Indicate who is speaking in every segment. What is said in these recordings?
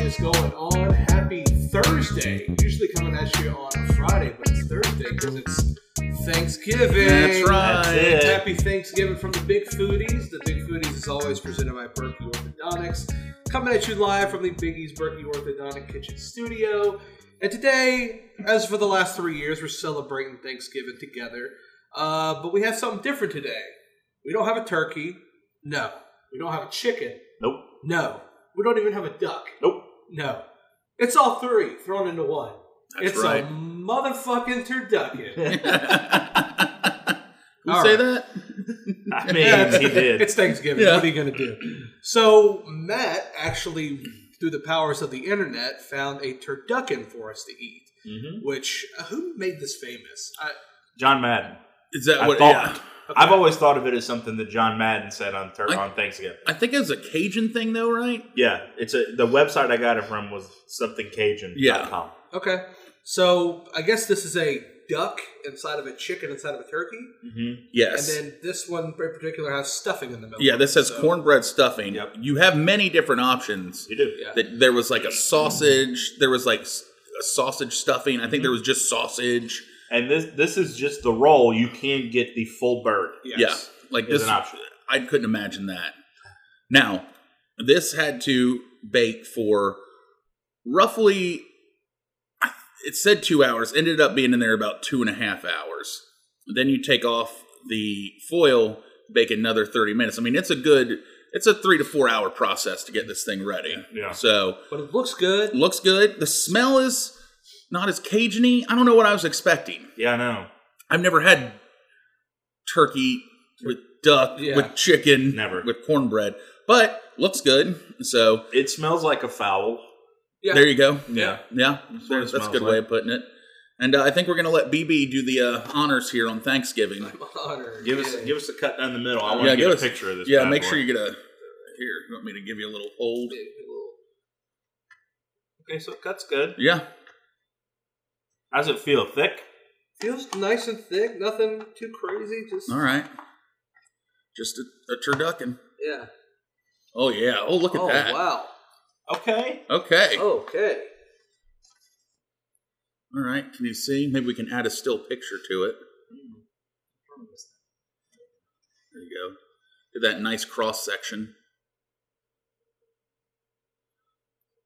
Speaker 1: is going on? Happy Thursday. Usually coming at you on a Friday, but it's Thursday because it's Thanksgiving.
Speaker 2: That's right.
Speaker 3: That's it.
Speaker 1: Happy Thanksgiving from the Big Foodies. The Big Foodies is always presented by Berkey Orthodontics. Coming at you live from the Biggie's Berkey Orthodontic Kitchen Studio. And today, as for the last three years, we're celebrating Thanksgiving together. Uh, but we have something different today. We don't have a turkey. No. We don't have a chicken.
Speaker 3: Nope.
Speaker 1: No. We don't even have a duck.
Speaker 3: Nope.
Speaker 1: No. It's all three thrown into one.
Speaker 2: That's
Speaker 1: it's
Speaker 2: right.
Speaker 1: a motherfucking turducken.
Speaker 2: Who
Speaker 1: All
Speaker 2: say
Speaker 1: right.
Speaker 2: that?
Speaker 3: I
Speaker 1: Yeah,
Speaker 3: mean, he did.
Speaker 1: It's Thanksgiving.
Speaker 2: Yeah.
Speaker 1: What are you going to do? So, Matt actually, through the powers of the internet, found a turducken for us to eat.
Speaker 3: Mhm.
Speaker 1: Which, uh, who made this famous? I,
Speaker 3: John Madden.
Speaker 2: Is that
Speaker 3: I
Speaker 2: what?
Speaker 3: thought-
Speaker 2: Yeah.
Speaker 3: I've always thought of it as something that John Madden said on Tur-
Speaker 2: I-
Speaker 3: on Thanksgiving.
Speaker 2: I think it was a Cajun thing, though, right?
Speaker 3: Yeah, it's a the website I got it from was something Cajun.
Speaker 2: Yeah.
Speaker 1: okay. So, I guess this is a duck inside of a chicken inside of a turkey.
Speaker 3: Mm-hmm.
Speaker 2: Yes.
Speaker 1: And then this one in particular has stuffing in the middle.
Speaker 2: yeah, this has
Speaker 1: So-
Speaker 2: cornbread stuffing.
Speaker 3: Yep.
Speaker 2: You have many different options.
Speaker 3: You do.
Speaker 1: Yeah.
Speaker 2: That there was like a sausage. There was like s- a sausage stuffing. I think there was just sausage.
Speaker 3: And this this is just the roll. You can get the full bird.
Speaker 1: Yes.
Speaker 2: Yeah. Like
Speaker 3: Is
Speaker 2: this
Speaker 3: an option.
Speaker 2: I couldn't imagine that. Now, this had to bake for roughly, it said two hours, ended up being in there about two and a half hours. Then you take off the foil, bake another 30 minutes. I mean, it's a good, it's a three to four hour process to get this thing ready.
Speaker 3: Yeah.
Speaker 2: So,
Speaker 1: But it looks good.
Speaker 2: looks good. The smell is not as Cajun I don't know what I was expecting.
Speaker 3: Yeah, I know.
Speaker 2: I've never had turkey with duck
Speaker 1: Yeah.
Speaker 2: with chicken,
Speaker 3: Never.
Speaker 2: with cornbread, but looks good. So
Speaker 3: It smells like a fowl.
Speaker 1: Yeah.
Speaker 2: there you go.
Speaker 3: Yeah.
Speaker 2: Yeah,
Speaker 3: That's what it
Speaker 2: that's a good
Speaker 3: smells
Speaker 2: way of putting it. And uh, I think we're gonna let BB do the uh, honors here on Thanksgiving.
Speaker 1: I'm honored.
Speaker 3: Give us
Speaker 1: Yeah.
Speaker 3: give us a cut down the middle. I want
Speaker 2: Yeah,
Speaker 3: to get
Speaker 2: give
Speaker 3: a
Speaker 2: us-
Speaker 3: picture of this.
Speaker 2: Yeah,
Speaker 3: bad
Speaker 2: make
Speaker 3: boy.
Speaker 2: sure you get a. Here, you want me to give you a little hold?
Speaker 3: Okay, so it cuts good.
Speaker 2: Yeah,
Speaker 3: How does it feel? Thick.
Speaker 1: Feels nice and thick. Nothing too crazy. Just
Speaker 2: all right. Just a, a turducken.
Speaker 1: yeah.
Speaker 2: Oh yeah. Oh look at
Speaker 1: oh
Speaker 2: that.
Speaker 1: wow.
Speaker 3: Okay.
Speaker 2: Okay.
Speaker 1: Okay.
Speaker 2: All right. Can you see? Maybe we can add a still picture to it. There you go. Did that nice cross section.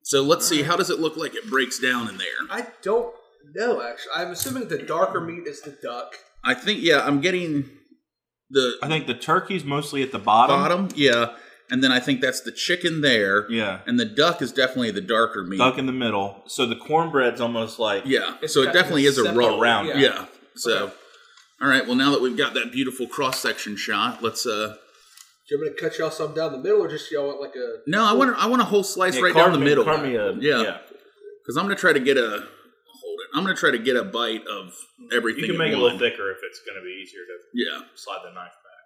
Speaker 2: So let's see, how does it look like it breaks down in there?
Speaker 1: I don't know actually. I'm assuming the darker meat is the duck.
Speaker 2: I think, yeah, I'm getting the
Speaker 3: I think the turkey's mostly at the bottom.
Speaker 2: bottom, yeah, and then I think that's the chicken there,
Speaker 3: Yeah.
Speaker 2: and the duck is definitely the darker meat.
Speaker 3: Duck in the middle. So the cornbread's almost like
Speaker 2: Yeah,
Speaker 1: It's
Speaker 2: so it
Speaker 1: got
Speaker 2: definitely is a
Speaker 1: separate
Speaker 2: roll.
Speaker 3: round.
Speaker 2: Yeah. So,
Speaker 1: Okay.
Speaker 2: all right, well, now that we've got that beautiful cross section shot, let's, uh,
Speaker 1: Do you want me to cut y'all some down the middle, or just y'all want like a?
Speaker 2: no, I want, I want a whole slice
Speaker 3: Yeah, uh,
Speaker 2: right down
Speaker 3: carve
Speaker 2: the
Speaker 3: me-
Speaker 2: middle.
Speaker 3: carve me a-
Speaker 2: Yeah. Because I'm gonna try to get a hold it. I'm gonna try to get a bite of everything.
Speaker 3: You can
Speaker 2: at
Speaker 3: make it a little
Speaker 2: once.
Speaker 3: thicker if it's going to be easier to
Speaker 2: Yeah.
Speaker 3: slide the knife back.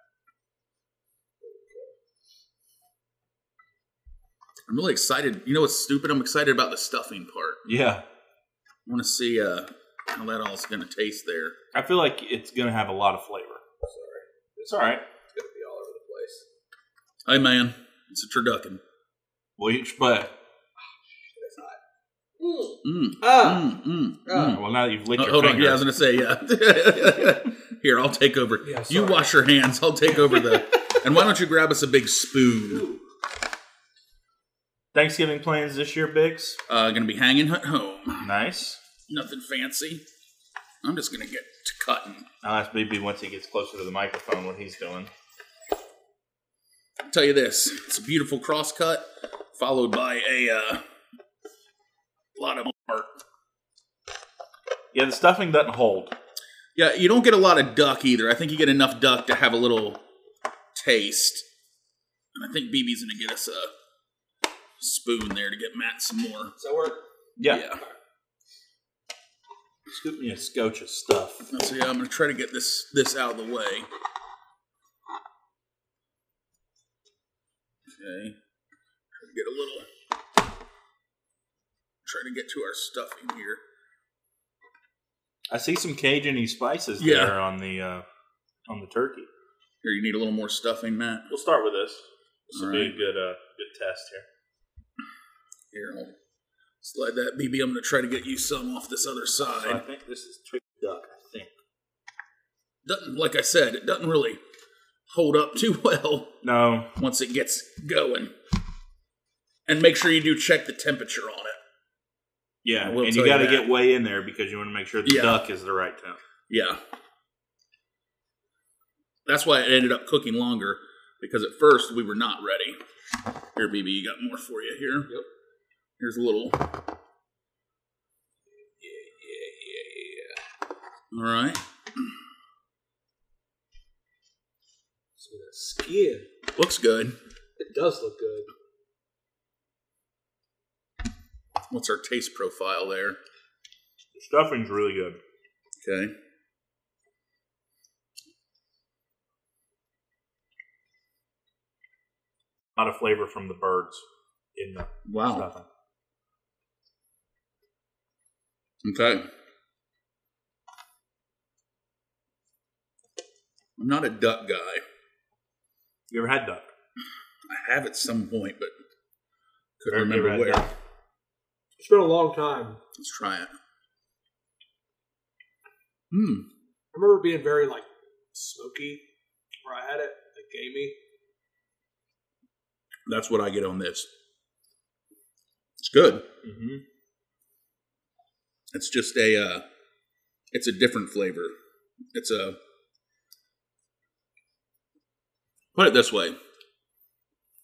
Speaker 2: I'm really excited. You know what's stupid? I'm excited about the stuffing part.
Speaker 3: Yeah.
Speaker 2: I wanna see uh how that all's gonna taste there.
Speaker 3: I feel like it's going to have a lot of flavor. It's all right.
Speaker 1: It's gonna be all over the place.
Speaker 2: Hey man, it's a turducken.
Speaker 3: Well, each but
Speaker 1: It's hot. Mm.
Speaker 2: Mm.
Speaker 1: Ah.
Speaker 2: Mm, mm,
Speaker 1: Ah.
Speaker 2: mm.
Speaker 3: well now that you've licked
Speaker 2: Oh,
Speaker 3: your
Speaker 2: hold on,
Speaker 3: finger.
Speaker 2: yeah, I was gonna say, yeah. Here, I'll take over.
Speaker 1: Yeah,
Speaker 2: you
Speaker 1: sorry.
Speaker 2: wash your hands, I'll take over the and why don't you grab us a big spoon?
Speaker 1: Ooh.
Speaker 3: Thanksgiving plans this year, Biggs.
Speaker 2: Uh gonna be hanging at home.
Speaker 3: Nice.
Speaker 2: Nothing fancy. I'm just gonna get to cutting.
Speaker 3: I'll ask BB once he gets closer to the microphone what he's doing.
Speaker 2: tell you this it's a beautiful crosscut followed by a uh, lot of art
Speaker 3: Yeah, the stuffing doesn't hold.
Speaker 2: yeah you don't get a lot of duck either i think you get enough duck to have a little taste and i think bb's gonna get us a spoon there to get matt some more
Speaker 1: So we're
Speaker 3: Yeah. Scoop me a scotch of stuff.
Speaker 2: so yeah i'm gonna try to get this this out of the way okay Try to get a little try to get to our stuffing here
Speaker 3: I see some Cajun spices
Speaker 2: Yeah.
Speaker 3: there on the uh, on the turkey.
Speaker 2: Here, you need a little more stuffing, Matt.
Speaker 3: We'll start with this. This will be a
Speaker 2: Alright.
Speaker 3: good uh, good test here.
Speaker 2: Here, I'll Slide that BB. I'm going to try to get you some off this other
Speaker 3: So I
Speaker 2: side.
Speaker 3: think this is trick duck. I think.
Speaker 2: Doesn't, like I said, it doesn't really hold up too well
Speaker 3: No,
Speaker 2: once it gets going. And make sure you do check the temperature on it.
Speaker 3: yeah,
Speaker 2: We'll
Speaker 3: and
Speaker 2: tell
Speaker 3: you
Speaker 2: you
Speaker 3: got to
Speaker 2: that.
Speaker 3: get way in there because you want to make sure the
Speaker 2: Yeah.
Speaker 3: duck is the right temp.
Speaker 2: Yeah. That's why it ended up cooking longer because at first we were not ready. Here, BB, you got more for you here.
Speaker 1: Yep.
Speaker 2: Here's a little.
Speaker 1: yeah, yeah.
Speaker 2: All right.
Speaker 1: So that skin,
Speaker 2: Looks good.
Speaker 1: it does look good.
Speaker 2: What's our taste profile there?
Speaker 3: The stuffing's really good.
Speaker 2: Okay.
Speaker 3: A lot of flavor from the birds in the
Speaker 2: Wow.
Speaker 3: stuffing.
Speaker 2: Okay. I'm not a duck guy.
Speaker 3: You ever had duck?
Speaker 2: I have at some point, but
Speaker 3: Ever-
Speaker 2: couldn't
Speaker 3: ever
Speaker 2: remember
Speaker 3: had
Speaker 2: where.
Speaker 3: duck?
Speaker 1: It's been a long time.
Speaker 2: Let's try it. Hmm.
Speaker 1: I remember it being very like smoky where I had it, like gamey.
Speaker 2: That's what I get on this. It's good.
Speaker 3: Mm-hmm.
Speaker 2: It's just a uh it's a different flavor. It's a put it this way. If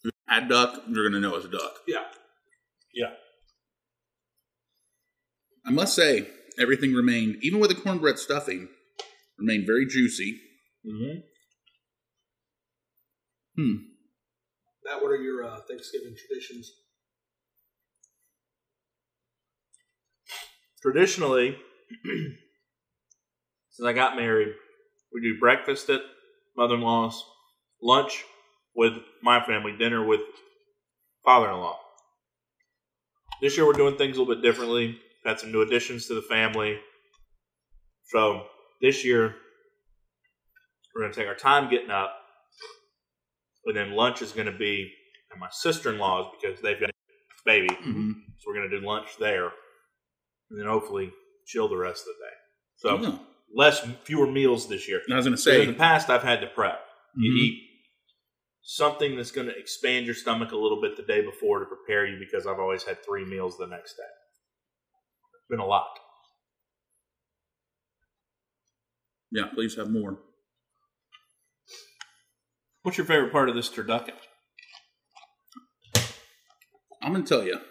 Speaker 2: you Add duck, you're gonna know it's duck.
Speaker 1: Yeah.
Speaker 3: Yeah.
Speaker 2: I must say, everything remained, even with the cornbread stuffing, remained very juicy.
Speaker 3: Mm-hmm.
Speaker 2: Hmm.
Speaker 1: That what are your uh, Thanksgiving traditions?
Speaker 3: Traditionally, since I got married, we do breakfast at mother-in-law's, lunch with my family, dinner with father-in-law. This year we're doing things a little bit differently. Had some new additions to the family. So this year we're going to take our time getting up, and then lunch is going to be at my sister-in-law's because they've got a baby.
Speaker 2: Mhm.
Speaker 3: So we're going to do lunch there, and then hopefully chill the rest of the day. So
Speaker 2: Yeah.
Speaker 3: less, fewer meals this year.
Speaker 2: I was gonna
Speaker 3: So in the
Speaker 2: say
Speaker 3: past, I've had to prep. You
Speaker 2: Mhm.
Speaker 3: eat something that's going to expand your stomach a little bit the day before to prepare you because I've always had three meals the next day. It's been a lot.
Speaker 2: Yeah, please have more.
Speaker 3: What's your favorite part of this turducken?
Speaker 2: I'm gonna tell you,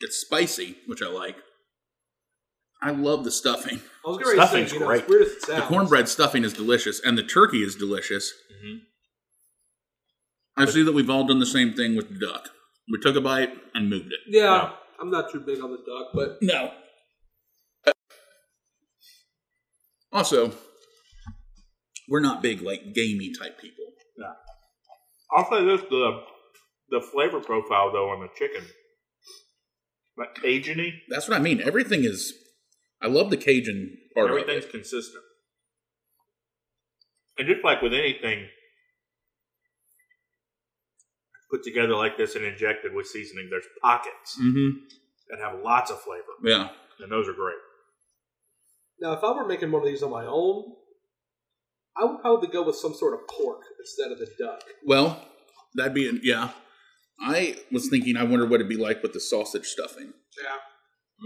Speaker 2: it's spicy, which I like. I love the stuffing.
Speaker 1: I was going to say,
Speaker 3: Stuffing's
Speaker 1: you know, as
Speaker 3: great.
Speaker 1: weird as it
Speaker 2: The
Speaker 1: sounds,
Speaker 2: cornbread stuffing is delicious, and the turkey is delicious.
Speaker 3: Mm-hmm.
Speaker 2: I see that we've all done the same thing with the duck. We took a bite and moved it.
Speaker 1: Yeah,
Speaker 3: Yeah.
Speaker 1: I'm not too big on the duck, but
Speaker 2: No. Also, we're not big like gamey type people.
Speaker 3: I'll say this: the the flavor profile though on the chicken, like Cajun-y,
Speaker 2: That's what I mean. Everything is. I love the Cajun part of
Speaker 3: Everything's
Speaker 2: it.
Speaker 3: consistent. And just like with anything put together like this and injected with seasoning, there's pockets
Speaker 2: Mm-hmm.
Speaker 3: that have lots of flavor,
Speaker 2: Yeah.
Speaker 3: and those are great.
Speaker 1: now if I were making one of these on my own, I would probably go with some sort of pork instead of the duck.
Speaker 2: Well, that'd be yeah. I was thinking. I wonder what it'd be like with the sausage stuffing.
Speaker 1: Yeah.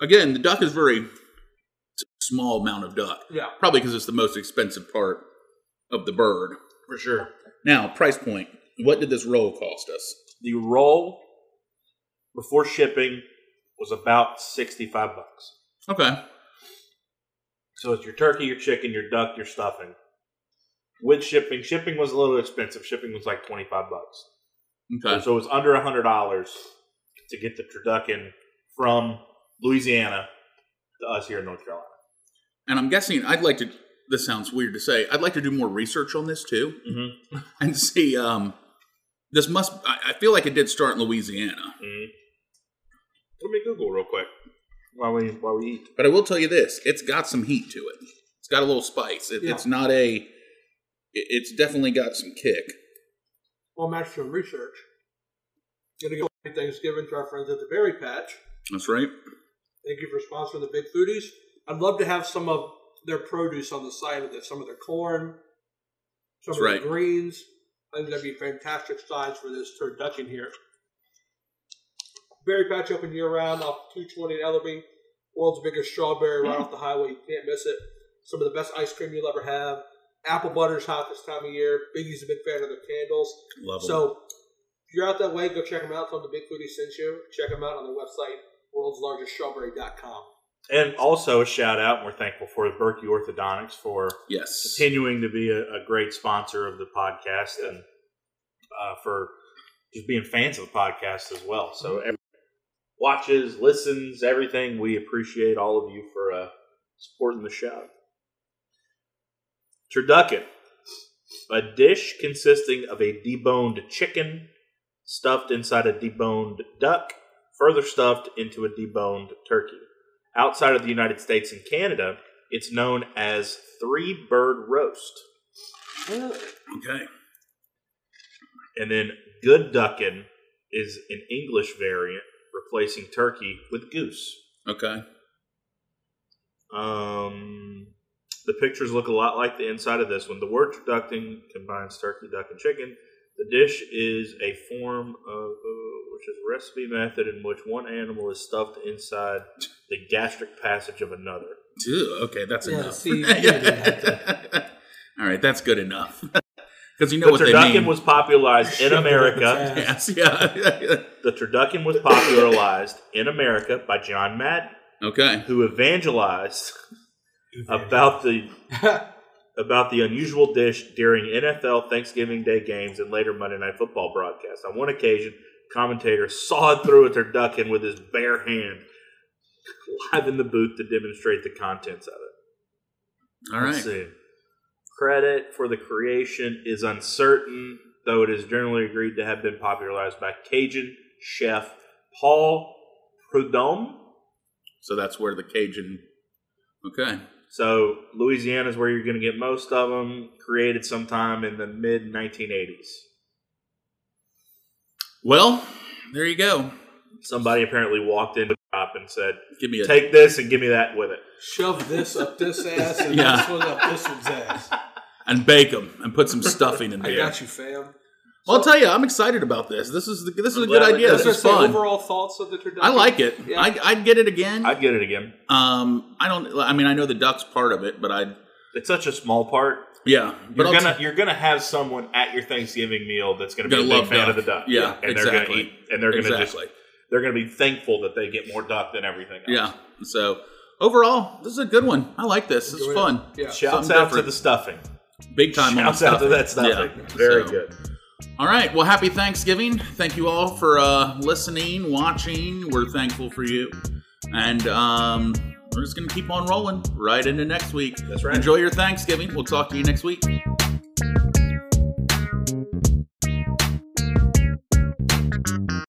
Speaker 2: Again, the duck is very it's a small amount of duck.
Speaker 1: Yeah.
Speaker 2: Probably because it's the most expensive part of the bird.
Speaker 3: For sure.
Speaker 2: Now, price point. What did this roll cost us?
Speaker 3: The roll before shipping was about 65 bucks.
Speaker 2: Okay.
Speaker 3: So it's your turkey, your chicken, your duck, your stuffing. With shipping, shipping was a little expensive. Shipping was like 25 bucks.
Speaker 2: Okay.
Speaker 3: So it was under a hundred dollars to get the turducken from Louisiana to us here in North Carolina.
Speaker 2: And I'm guessing I'd like to. This sounds weird to say. I'd like to do more research on this too
Speaker 3: Mm-hmm.
Speaker 2: and see. Um, this must. I, I feel like it did start in Louisiana,
Speaker 3: Mm-hmm. Let me Google real quick while we while we eat.
Speaker 2: but I will tell you this: it's got some heat to it. It's got a little spice. It, It's not a. it- it's definitely got some kick.
Speaker 1: Well, I'm actually doing research. Gonna go and Thanksgiving to our friends at the Berry Patch.
Speaker 2: That's right.
Speaker 1: Thank you for sponsoring the Big Foodies. I'd love to have some of their produce on the side of this, some of their corn, some
Speaker 2: That's
Speaker 1: of
Speaker 2: right.
Speaker 1: their greens. I think that'd be fantastic sides for this turducken here. Berry Patch open year round off 220 in Ellerby. World's biggest strawberry right off the highway. You can't miss it. Some of the best ice cream you'll ever have. Apple butter's hot this time of year. Biggie's a big fan of their candles.
Speaker 2: Love them.
Speaker 1: So if you're out that way, go check them out. Tell them the Big Foodie sent you. Check them out on their website, worldslargeststrawberry.com.
Speaker 3: And also a shout out, and we're thankful for Berkey Orthodontics for
Speaker 2: yes.
Speaker 3: continuing to be a, a great sponsor of the podcast and uh, for just being fans of the podcast as well. So every, watches, listens, everything. We appreciate all of you for uh, supporting the show. Turducken, a dish consisting of a deboned chicken stuffed inside a deboned duck, further stuffed into a deboned turkey. Outside of the United States and Canada, it's known as three bird roast.
Speaker 2: Okay.
Speaker 3: And then good duckin is an English variant replacing turkey with goose.
Speaker 2: Okay.
Speaker 3: Um, the pictures look a lot like the inside of this one. The word ducking combines turkey, duck, and chicken. The dish is a form of, uh, which is a recipe method in which one animal is stuffed inside the gastric passage of another.
Speaker 2: Ew, okay, that's
Speaker 1: Yeah,
Speaker 2: enough.
Speaker 1: see, you didn't have
Speaker 2: All right, that's good enough. Because you know
Speaker 3: The
Speaker 2: what they mean.
Speaker 3: turducken was popularized in
Speaker 1: Shoved it up
Speaker 3: America.
Speaker 1: its ass.
Speaker 2: yes, yeah.
Speaker 3: The turducken was popularized in America by John Madden,
Speaker 2: okay.
Speaker 3: who evangelized about the about the unusual dish during NFL Thanksgiving Day games and later Monday Night Football broadcasts. On one occasion, commentator sawed through a turducken with his bare hand, live in the booth to demonstrate the contents of it.
Speaker 2: All right.
Speaker 3: Let's see. Credit for the creation is uncertain, though it is generally agreed to have been popularized by Cajun chef Paul Prudhomme.
Speaker 2: So that's where the Cajun. Okay.
Speaker 3: So Louisiana is where you're going to get most of them. Created sometime in the mid 1980s.
Speaker 2: Well, there you go.
Speaker 3: Somebody apparently walked into the shop and said,
Speaker 2: Give me a.
Speaker 3: "Take this and give me that with it."
Speaker 1: Shove this up this ass and
Speaker 2: Yeah.
Speaker 1: this one up this one's ass.
Speaker 2: and bake them and put some stuffing in
Speaker 1: I
Speaker 2: there.
Speaker 1: got you, fam.
Speaker 2: Well, I'll tell you, I'm excited about this. This is the, this is
Speaker 3: I'm
Speaker 2: a good
Speaker 3: glad we
Speaker 2: idea.
Speaker 3: did
Speaker 2: This
Speaker 1: Those
Speaker 2: is
Speaker 1: are
Speaker 2: fun.
Speaker 1: overall thoughts of the turducken.
Speaker 2: I like it.
Speaker 1: Yeah.
Speaker 2: I, I'd get it again.
Speaker 3: I'd get it again.
Speaker 2: um, I don't. I mean, I know the duck's part of it, but I'd.
Speaker 3: It's such a small part.
Speaker 2: Yeah, but
Speaker 3: You're
Speaker 2: I'll
Speaker 3: gonna
Speaker 2: t-
Speaker 3: you're gonna have someone at your Thanksgiving meal that's gonna be
Speaker 2: Gonna
Speaker 3: a big
Speaker 2: love
Speaker 3: fan
Speaker 2: duck.
Speaker 3: of the duck.
Speaker 2: Yeah,
Speaker 3: and they're
Speaker 2: exactly.
Speaker 3: gonna eat and they're gonna
Speaker 2: exactly.
Speaker 3: just they're gonna be thankful that they get more duck than everything. Else.
Speaker 2: yeah. So overall, this is a good one. I like this. It's
Speaker 1: Enjoy it.
Speaker 2: fun.
Speaker 1: Yeah.
Speaker 3: Shouts
Speaker 2: Something
Speaker 3: out
Speaker 2: different.
Speaker 3: to the stuffing.
Speaker 2: Big time. on
Speaker 3: Shouts
Speaker 2: the
Speaker 3: out to
Speaker 2: stuffing.
Speaker 3: that stuffing.
Speaker 2: Yeah.
Speaker 3: Very
Speaker 2: So-
Speaker 3: good.
Speaker 2: All right. Well, happy Thanksgiving. Thank you all for uh, listening, watching. We're thankful for you, and um, we're just gonna keep on rolling right into next week.
Speaker 3: That's right.
Speaker 2: Enjoy your Thanksgiving. We'll talk to you next week.